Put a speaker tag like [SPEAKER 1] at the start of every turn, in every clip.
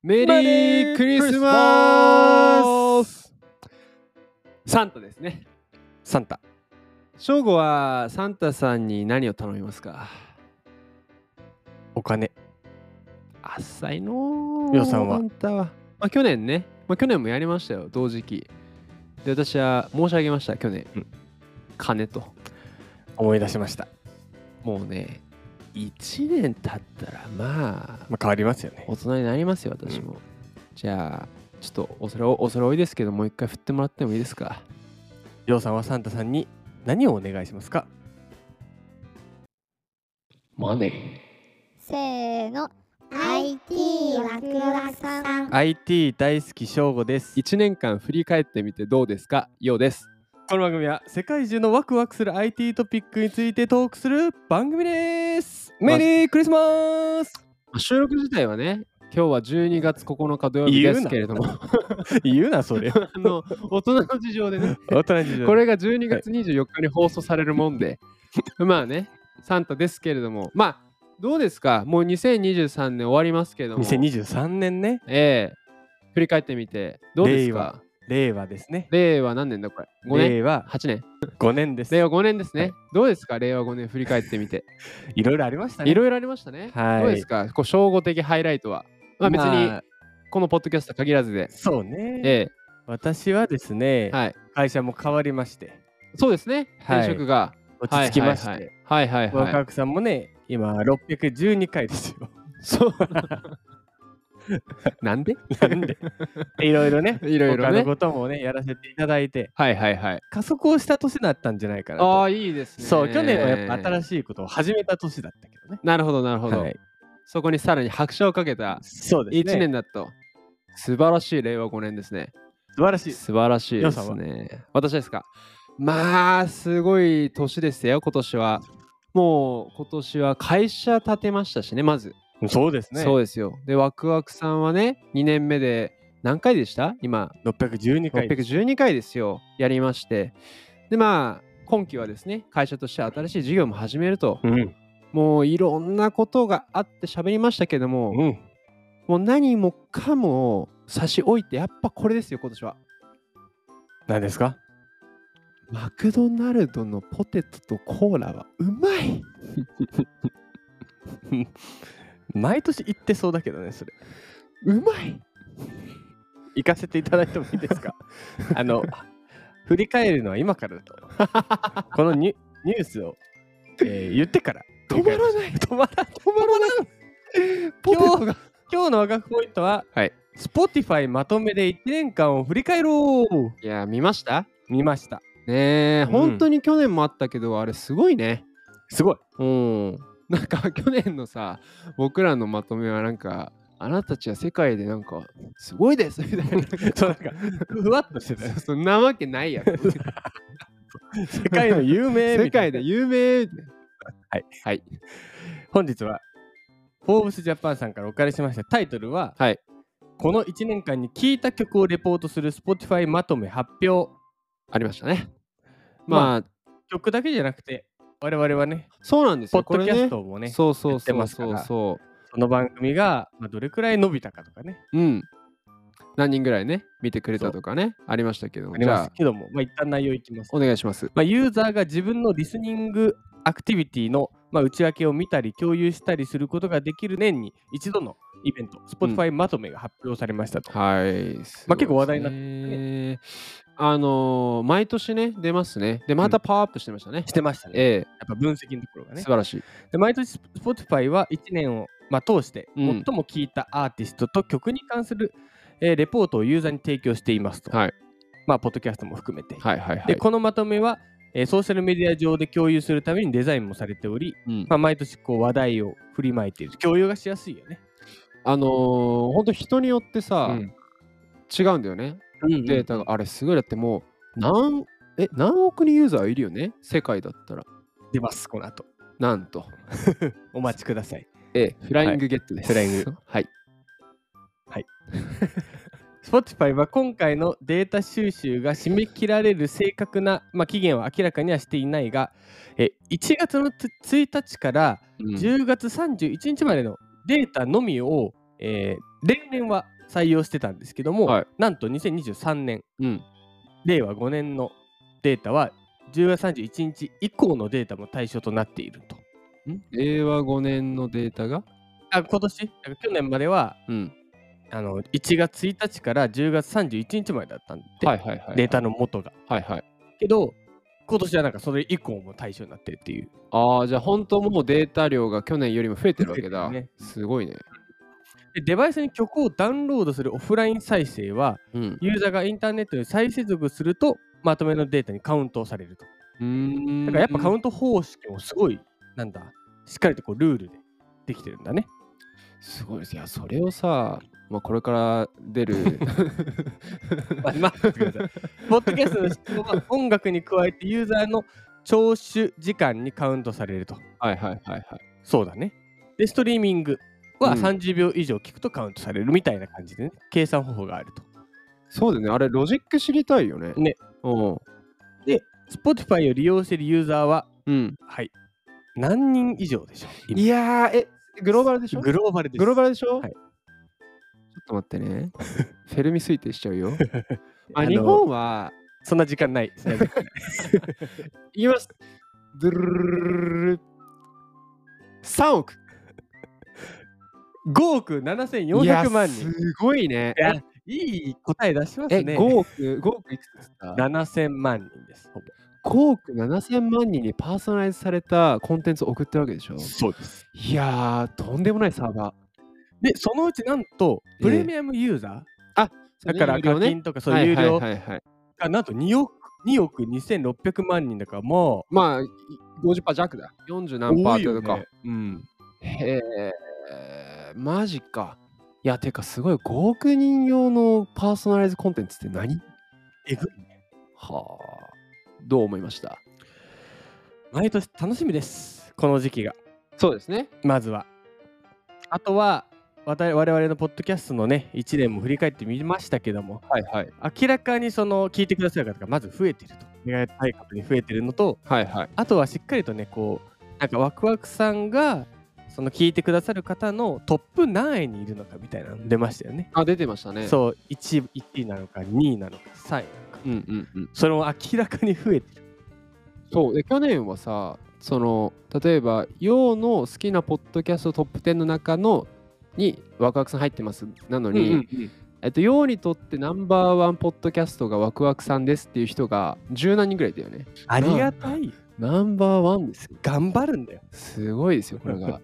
[SPEAKER 1] メリ
[SPEAKER 2] メリ
[SPEAKER 1] ー
[SPEAKER 2] ー
[SPEAKER 1] ク
[SPEAKER 2] ク
[SPEAKER 1] リ
[SPEAKER 2] リ
[SPEAKER 1] ス
[SPEAKER 2] ス
[SPEAKER 1] マ
[SPEAKER 2] マ
[SPEAKER 1] スサンタですね。
[SPEAKER 2] サンタ
[SPEAKER 1] 正吾はサンタさんに何を頼みますか
[SPEAKER 2] お金
[SPEAKER 1] あっさいのー
[SPEAKER 2] 予算は
[SPEAKER 1] サンタは。まあ去年ね、まあ去年もやりましたよ、同時期。で、私は申し上げました、去年。
[SPEAKER 2] うん
[SPEAKER 1] 金と。
[SPEAKER 2] 思い出しました、
[SPEAKER 1] もうね、1年経ったらまあ、
[SPEAKER 2] まあ、変わりますよね
[SPEAKER 1] 大人になりますよ、私も。じゃあ、ちょっとおそれおそれ多いですけど、もう一回振ってもらってもいいですか
[SPEAKER 2] りょうさんはサンタさんに何をお願いしますか
[SPEAKER 1] マネー。
[SPEAKER 3] せーの IT ワクワクさん
[SPEAKER 2] IT 大好き翔吾です
[SPEAKER 1] 1年間振り返ってみてどうですかようです。
[SPEAKER 2] この番組は世界中のワクワクする IT トピックについてトークする番組ですメリークリスマス
[SPEAKER 1] まあ収録自体はね、今日は12月9日土曜日ですけれども、 あ
[SPEAKER 2] 言うなそれ
[SPEAKER 1] の大人の事情で ね、
[SPEAKER 2] 大人事情
[SPEAKER 1] これが12月24日に放送されるもんで、 まあね、サンタですけれども、まあ、どうですかもう2023年終わりますけれども、
[SPEAKER 2] 2023年ね
[SPEAKER 1] ええ振り返ってみて、どうですか
[SPEAKER 2] 令和ですね
[SPEAKER 1] 令和何年だこれ ?5 年
[SPEAKER 2] 令和
[SPEAKER 1] ?8 年
[SPEAKER 2] 5年です
[SPEAKER 1] 令和5年ですね、
[SPEAKER 2] はい
[SPEAKER 1] どうですか令和5年振り返ってみ て。
[SPEAKER 2] いろいろありましたね
[SPEAKER 1] いろいろありましたね。
[SPEAKER 2] はい
[SPEAKER 1] どうですかこう、称号的ハイライトは。まあ別に、このポッドキャスト限らずで。
[SPEAKER 2] そうね、
[SPEAKER 1] え
[SPEAKER 2] 私はですね、
[SPEAKER 1] えはい。
[SPEAKER 2] 会社も変わりまして
[SPEAKER 1] そうですね。
[SPEAKER 2] はい
[SPEAKER 1] 転職が。
[SPEAKER 2] 落ち着きまして、
[SPEAKER 1] はいはいはい。はいはい
[SPEAKER 2] ワク
[SPEAKER 1] はい
[SPEAKER 2] ワクさんもね今612回ですよ
[SPEAKER 1] そう。 なんで
[SPEAKER 2] なんでいろいろね
[SPEAKER 1] いろいろ
[SPEAKER 2] 他
[SPEAKER 1] ね
[SPEAKER 2] のこともねやらせていただいて
[SPEAKER 1] はいはいはい。
[SPEAKER 2] 加速をした年だったんじゃないか
[SPEAKER 1] あ
[SPEAKER 2] なと
[SPEAKER 1] あ、いいですね。
[SPEAKER 2] そう去年はやっぱ新
[SPEAKER 1] しい。
[SPEAKER 2] しいことを始めた年だったけどね
[SPEAKER 1] なるほどなるほど。
[SPEAKER 2] はい、
[SPEAKER 1] そこにさらに拍車をかけた
[SPEAKER 2] そうです
[SPEAKER 1] 1
[SPEAKER 2] ね
[SPEAKER 1] 年だと。素晴らしい令和5年ですね。
[SPEAKER 2] 素晴らしい
[SPEAKER 1] 素晴らしいで
[SPEAKER 2] 皆
[SPEAKER 1] す
[SPEAKER 2] さん
[SPEAKER 1] ね。私ですか。まあ、すごい年ですよ、今年は。もう今年は会社建てましたしね、まず。
[SPEAKER 2] そうですね
[SPEAKER 1] そうですよ。で、ワクワクさんはね、2年目で何回でした今、
[SPEAKER 2] 612回
[SPEAKER 1] 612回ですよ、やりまして。で、まあ、今期はですね、会社として新しい事業も始めると、
[SPEAKER 2] うん
[SPEAKER 1] もういろんなことがあって喋りましたけども、
[SPEAKER 2] うん
[SPEAKER 1] もう何もかも差し置いて、やっぱこれですよ、今年は。
[SPEAKER 2] 何ですか
[SPEAKER 1] マクドナルドのポテトとコーラはうまい
[SPEAKER 2] 毎年行ってそうだけどねそれ
[SPEAKER 1] うまい
[SPEAKER 2] 行かせていただいてもいいです かあの振り返るのは今からだと このニュニュースを、えー言ってから
[SPEAKER 1] 止まらない
[SPEAKER 2] 止まらん
[SPEAKER 1] 止まらないポテトが
[SPEAKER 2] 今日のワクワクポイントは、
[SPEAKER 1] はい、
[SPEAKER 2] Spotify まとめで1年間を振り返ろう
[SPEAKER 1] いや見ました
[SPEAKER 2] 見ました
[SPEAKER 1] ねえ、
[SPEAKER 2] ん
[SPEAKER 1] 本当に去年もあったけどあれすごいね
[SPEAKER 2] すごい
[SPEAKER 1] うんなんか 去年のさ僕らのまとめはなんかあなたたちは世界でなんかすごいですみたいな
[SPEAKER 2] そうなんかふわっとしてたよ
[SPEAKER 1] そんなわけない やろ
[SPEAKER 2] 世界の有名
[SPEAKER 1] 世
[SPEAKER 2] みた
[SPEAKER 1] 界
[SPEAKER 2] いな
[SPEAKER 1] で有名はい
[SPEAKER 2] 本日はフォーブスジャパンさんからお借りしましたタイトルは、
[SPEAKER 1] はい
[SPEAKER 2] この1年間に聴いた曲をレポートする Spotify まとめ発表
[SPEAKER 1] ありましたねま
[SPEAKER 2] ま
[SPEAKER 1] あ
[SPEAKER 2] 曲だけじゃなくて我々はね
[SPEAKER 1] そうなんです
[SPEAKER 2] ポ
[SPEAKER 1] よ
[SPEAKER 2] ッドキャスト
[SPEAKER 1] こ
[SPEAKER 2] も
[SPEAKER 1] れね
[SPEAKER 2] ね
[SPEAKER 1] そうそう
[SPEAKER 2] やって
[SPEAKER 1] そう
[SPEAKER 2] ますか
[SPEAKER 1] そう
[SPEAKER 2] ら
[SPEAKER 1] そう
[SPEAKER 2] その番組が、まあ、どれくらい伸びたかとかね
[SPEAKER 1] うん。何人ぐらいね、見てくれたとかね、ありましたけども。
[SPEAKER 2] あり
[SPEAKER 1] じ
[SPEAKER 2] ま
[SPEAKER 1] ゃ
[SPEAKER 2] す
[SPEAKER 1] あ、
[SPEAKER 2] けどもまあ一旦内容いきます
[SPEAKER 1] お願いします。
[SPEAKER 2] まあ、ユーザーが自分のリスニングアクティビティの、まあ、内訳を見たり共有したりすることができる年に一度のイベント、Spotify まとめが発表されましたと。
[SPEAKER 1] はい。
[SPEAKER 2] まあ結構話題になって
[SPEAKER 1] ってあのー毎年ね、出ますね。で、またパワーアップしてましたね。
[SPEAKER 2] してましたね。や
[SPEAKER 1] え
[SPEAKER 2] っぱ分析のところが
[SPEAKER 1] え
[SPEAKER 2] ね
[SPEAKER 1] 素。晴らしい。
[SPEAKER 2] で毎年 Spotify は1年を、まあ、通して
[SPEAKER 1] う
[SPEAKER 2] 最
[SPEAKER 1] ん
[SPEAKER 2] も聴いたアーティストと曲に関する、えーレポートをユーザーに提供していますと。
[SPEAKER 1] はい
[SPEAKER 2] まあ、ポッドキャストも含めて。
[SPEAKER 1] はいはいは
[SPEAKER 2] で
[SPEAKER 1] い。
[SPEAKER 2] このまとめは、えーソーシャルメディア上で共有するためにデザインもされており、
[SPEAKER 1] うん
[SPEAKER 2] まあ、毎年こう話題を振りまいている共有がしやすいよね。
[SPEAKER 1] あのー、本当人によってさ、
[SPEAKER 2] うん
[SPEAKER 1] 違うんだよね。データ
[SPEAKER 2] が
[SPEAKER 1] が、あれすごいだってもう、何、え、何億人ユーザーいるよね世界だったら。
[SPEAKER 2] 出ます、この後。
[SPEAKER 1] なんと。
[SPEAKER 2] お待ちください。
[SPEAKER 1] ええ、フライングゲットです。
[SPEAKER 2] フライング。
[SPEAKER 1] はい。
[SPEAKER 2] Spotify は今回のデータ収集が締め切られる正確な、まあ、期限は明らかにはしていないが、え1月のつ1日から
[SPEAKER 1] うん
[SPEAKER 2] 10月31日までのデータのみを、えー例年は採用してたんですけども、
[SPEAKER 1] はい
[SPEAKER 2] なんと2023年
[SPEAKER 1] うん。
[SPEAKER 2] 令和5年のデータは10月31日以降のデータも対象となっていると。
[SPEAKER 1] 令和5年のデータが
[SPEAKER 2] あ今年だから去年までは
[SPEAKER 1] うん。
[SPEAKER 2] あの1月1日から10月31日までだったんで、
[SPEAKER 1] はいはいはい。
[SPEAKER 2] データの元が。
[SPEAKER 1] はいはい。
[SPEAKER 2] けど今年はなんかそれ以降も対象になってるっていう。
[SPEAKER 1] ああ、じゃあ本当もうデータ量が去年よりも増えてるわけだ。
[SPEAKER 2] 増えてるね
[SPEAKER 1] すごいね。
[SPEAKER 2] でデバイスに曲をダウンロードするオフライン再生は
[SPEAKER 1] うん。
[SPEAKER 2] ユーザーがインターネットに再接続するとまとめのデータにカウントされると。
[SPEAKER 1] うーん。
[SPEAKER 2] だからやっぱカウント方式もすごいなんだしっかりとこうルールでできてるんだね。
[SPEAKER 1] すごいです。いや、それをさ、まあ、これから出 る。
[SPEAKER 2] まあ待ってください。ポッドキャストの質問は音楽に加えてユーザーの聴取時間にカウントされると。
[SPEAKER 1] はいはいはいはい。
[SPEAKER 2] そうだね。で、ストリーミングは
[SPEAKER 1] うん
[SPEAKER 2] 30秒以上聞くとカウントされるみたいな感じでね、計算方法があると。
[SPEAKER 1] そうだよね。あれ、ロジック知りたいよね。
[SPEAKER 2] ね。
[SPEAKER 1] うん。
[SPEAKER 2] で、Spotify を利用しているユーザーは、
[SPEAKER 1] うん。
[SPEAKER 2] はい、何人以上でしょう今
[SPEAKER 1] いやー、え、グローバルでしょ
[SPEAKER 2] グローバルです。
[SPEAKER 1] グローバルでしょ、
[SPEAKER 2] はい
[SPEAKER 1] ちょっと待ってね。フェルミ推定しちゃうよ。あ、
[SPEAKER 2] あの
[SPEAKER 1] 日本は、
[SPEAKER 2] そんな時間ない。そんな時間ない
[SPEAKER 1] 言います。ドゥルルルルルル3億。
[SPEAKER 2] 5億
[SPEAKER 1] いや
[SPEAKER 2] 7400万人。
[SPEAKER 1] すごいね。
[SPEAKER 2] いやいい答え出します
[SPEAKER 1] え、
[SPEAKER 2] ね。
[SPEAKER 1] 5億、5億いくつですか
[SPEAKER 2] 7000万人です。ほ
[SPEAKER 1] ?5 億7000万人にパーソナライズされたコンテンツを送ってるわけでしょ
[SPEAKER 2] ぼそうです。
[SPEAKER 1] いやー、とんでもないサーバ
[SPEAKER 2] で、そのうちなんと、
[SPEAKER 1] ええ
[SPEAKER 2] プレミアムユーザー、
[SPEAKER 1] ー。
[SPEAKER 2] だから
[SPEAKER 1] 有料
[SPEAKER 2] 課
[SPEAKER 1] ね。
[SPEAKER 2] 金とかそう
[SPEAKER 1] はいいう
[SPEAKER 2] 有
[SPEAKER 1] はい
[SPEAKER 2] 料
[SPEAKER 1] はいはい。
[SPEAKER 2] がなんと2億 ,2 億2600万人だからも
[SPEAKER 1] まあ、い50%弱だ。40
[SPEAKER 2] う
[SPEAKER 1] 何パ
[SPEAKER 2] 多
[SPEAKER 1] ーっ
[SPEAKER 2] い
[SPEAKER 1] てこ
[SPEAKER 2] よ
[SPEAKER 1] とか。
[SPEAKER 2] ねうん、
[SPEAKER 1] へえ、マジか。いや、てかすごい、5億人用のパーソナライズコンテンツって何
[SPEAKER 2] えぐい
[SPEAKER 1] はあ。どう思いました
[SPEAKER 2] 毎年楽しみですこの時期が
[SPEAKER 1] そうですね。
[SPEAKER 2] まずはあとはわた我々のポッドキャストのね1年も振り返ってみましたけども
[SPEAKER 1] はいはい。
[SPEAKER 2] 明らかにその聞いてくださる方がまず増えてると願いたい方に増えてるのと
[SPEAKER 1] はいはい。
[SPEAKER 2] あとはしっかりとねこうなんかワクワクさんがその聞いてくださる方のトップ何位にいるのかみたいなの出ましたよね
[SPEAKER 1] あ、出てましたね。う。
[SPEAKER 2] そう 1, 1位なのか2位なのか3位なのか
[SPEAKER 1] うんうんうん。
[SPEAKER 2] それも明らかに増えてる
[SPEAKER 1] そう。で、去年はさ、その、例えば、ようの好きなポッドキャストトップ10の中の、にワクワクさん入ってますなの
[SPEAKER 2] の
[SPEAKER 1] に、
[SPEAKER 2] に、
[SPEAKER 1] えっと、ようにとってナンバーワンポッドキャストがワクワクさんですっていう人が十何人ぐらいだよね。
[SPEAKER 2] ありがたい
[SPEAKER 1] ナンバーワンですよ
[SPEAKER 2] 頑張るんだよ。
[SPEAKER 1] すごいですよ、これ が。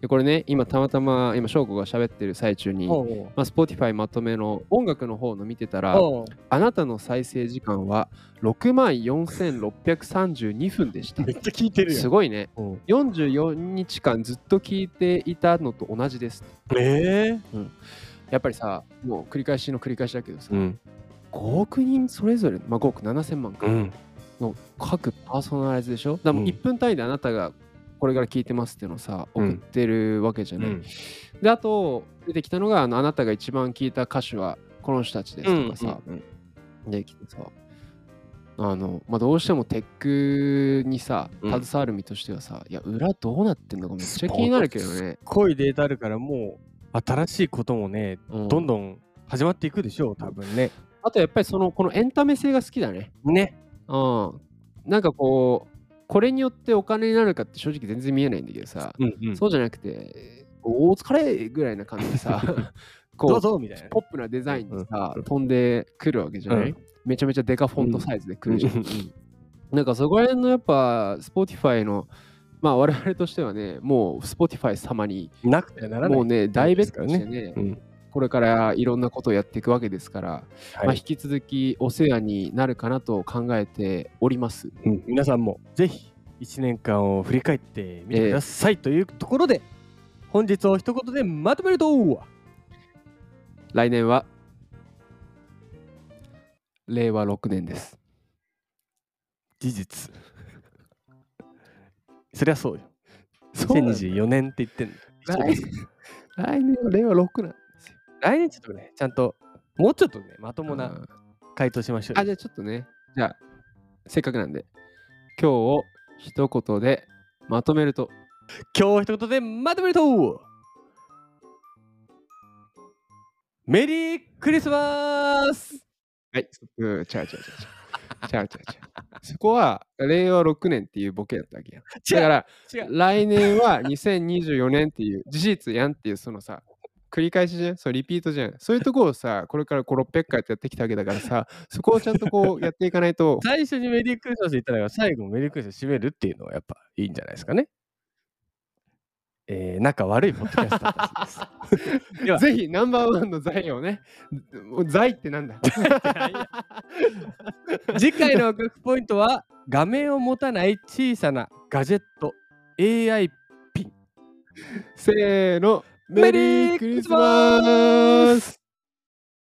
[SPEAKER 1] でこれね、今たまたま、今、翔子が喋ってる最中に、ま
[SPEAKER 2] おう
[SPEAKER 1] あ、Spotify まとめの音楽の方の見てたら、
[SPEAKER 2] おう
[SPEAKER 1] あなたの再生時間は6万4632分でした
[SPEAKER 2] め。っちゃ聞いてる
[SPEAKER 1] す
[SPEAKER 2] よ。
[SPEAKER 1] ごいね。
[SPEAKER 2] うん
[SPEAKER 1] 44日間ずっと聞いていたのと同じです。
[SPEAKER 2] え
[SPEAKER 1] やっぱりさ、もう繰り返しの繰り返しだけどさ、
[SPEAKER 2] うん
[SPEAKER 1] 5億人それぞれ、まあ、5億7000万か
[SPEAKER 2] うん
[SPEAKER 1] の各パーソナライズでしょだからもう
[SPEAKER 2] うん
[SPEAKER 1] 1分単位であなたがこれから聞いてますっていうのをさ、
[SPEAKER 2] うん
[SPEAKER 1] 送ってるわけじゃない。であと出てきたのがあのあなたが一番聞いた歌手はこの人たちですとかさ、できてさあの、まあ、どうしてもテックにさ
[SPEAKER 2] うん
[SPEAKER 1] 携わる身としてはさ、いや裏どうなってんのかめっちゃ気になるけどね、
[SPEAKER 2] 濃いデータあるからもう新しいこともねどん
[SPEAKER 1] ん
[SPEAKER 2] どん始まっていくでしょう多分ね。
[SPEAKER 1] あとやっぱりそのこのエンタメ性が好きだね
[SPEAKER 2] ね。
[SPEAKER 1] うんなんかこうこれによってお金になるかって正直全然見えないんだけどさ、
[SPEAKER 2] うんうん
[SPEAKER 1] そうじゃなくてお疲れぐらいな感じで さこ
[SPEAKER 2] どうぞみたいなね。
[SPEAKER 1] ポップなデザインでさ、飛んでくるわけじゃない、
[SPEAKER 2] うん
[SPEAKER 1] めちゃめちゃデカフォントサイズで来るじゃん。
[SPEAKER 2] うんうんうん
[SPEAKER 1] なんかそこら辺のやっぱ Spotify の、まあ我々としてはね、もう Spotify 様に、
[SPEAKER 2] なくてはならない。
[SPEAKER 1] もうね、大ベッドして
[SPEAKER 2] で
[SPEAKER 1] ね、
[SPEAKER 2] うん
[SPEAKER 1] これからいろんなことをやっていくわけですから、ま
[SPEAKER 2] は
[SPEAKER 1] あ
[SPEAKER 2] い
[SPEAKER 1] 引き続きお世話になるかなと考えております。
[SPEAKER 2] うん皆さんもぜひ1年間を振り返ってみてくださいというところで本日を一言でまとめると
[SPEAKER 1] 来年は令和6年です。
[SPEAKER 2] 事実。 そりゃそうよ。
[SPEAKER 1] そうなんだ
[SPEAKER 2] 2024年って言ってんの。
[SPEAKER 1] 来来年は令和6なんですよ。
[SPEAKER 2] 来年ちょっとね、ちゃんと、もうちょっとね、まとも
[SPEAKER 1] うん
[SPEAKER 2] な回答しましょうよ。
[SPEAKER 1] あ、じゃあちょっとね、じゃあ、せっかくなんで、今日を一言でまとめると、
[SPEAKER 2] 今日一言でまとめるとメリークリスマス
[SPEAKER 1] はい、ストップ。 違う違う違う違う。違う違う違う。そこは、令和6年っていうボケだったわけやん。だから、
[SPEAKER 2] 違う
[SPEAKER 1] 来年は2024年っていう、事実やんっていう、そのさ、繰り返しじゃんそう、リピートじゃん。そういうとこをさ、これからこう600回ってやってきたわけだからさ、そこをちゃんとこうやっていかない と、
[SPEAKER 2] 最初にメリークリスマス言ったのが最後メリークリスマス締めるっていうのはやっぱいいんじゃないですかね。えー、仲悪いポッドキャスターたちでは
[SPEAKER 1] ぜひナンバーワンの財をね、財ってなんだ
[SPEAKER 2] です。 次回 の学ポイントは画面を持たない小さなガジェット AI
[SPEAKER 1] せーの、
[SPEAKER 2] メリークリスマス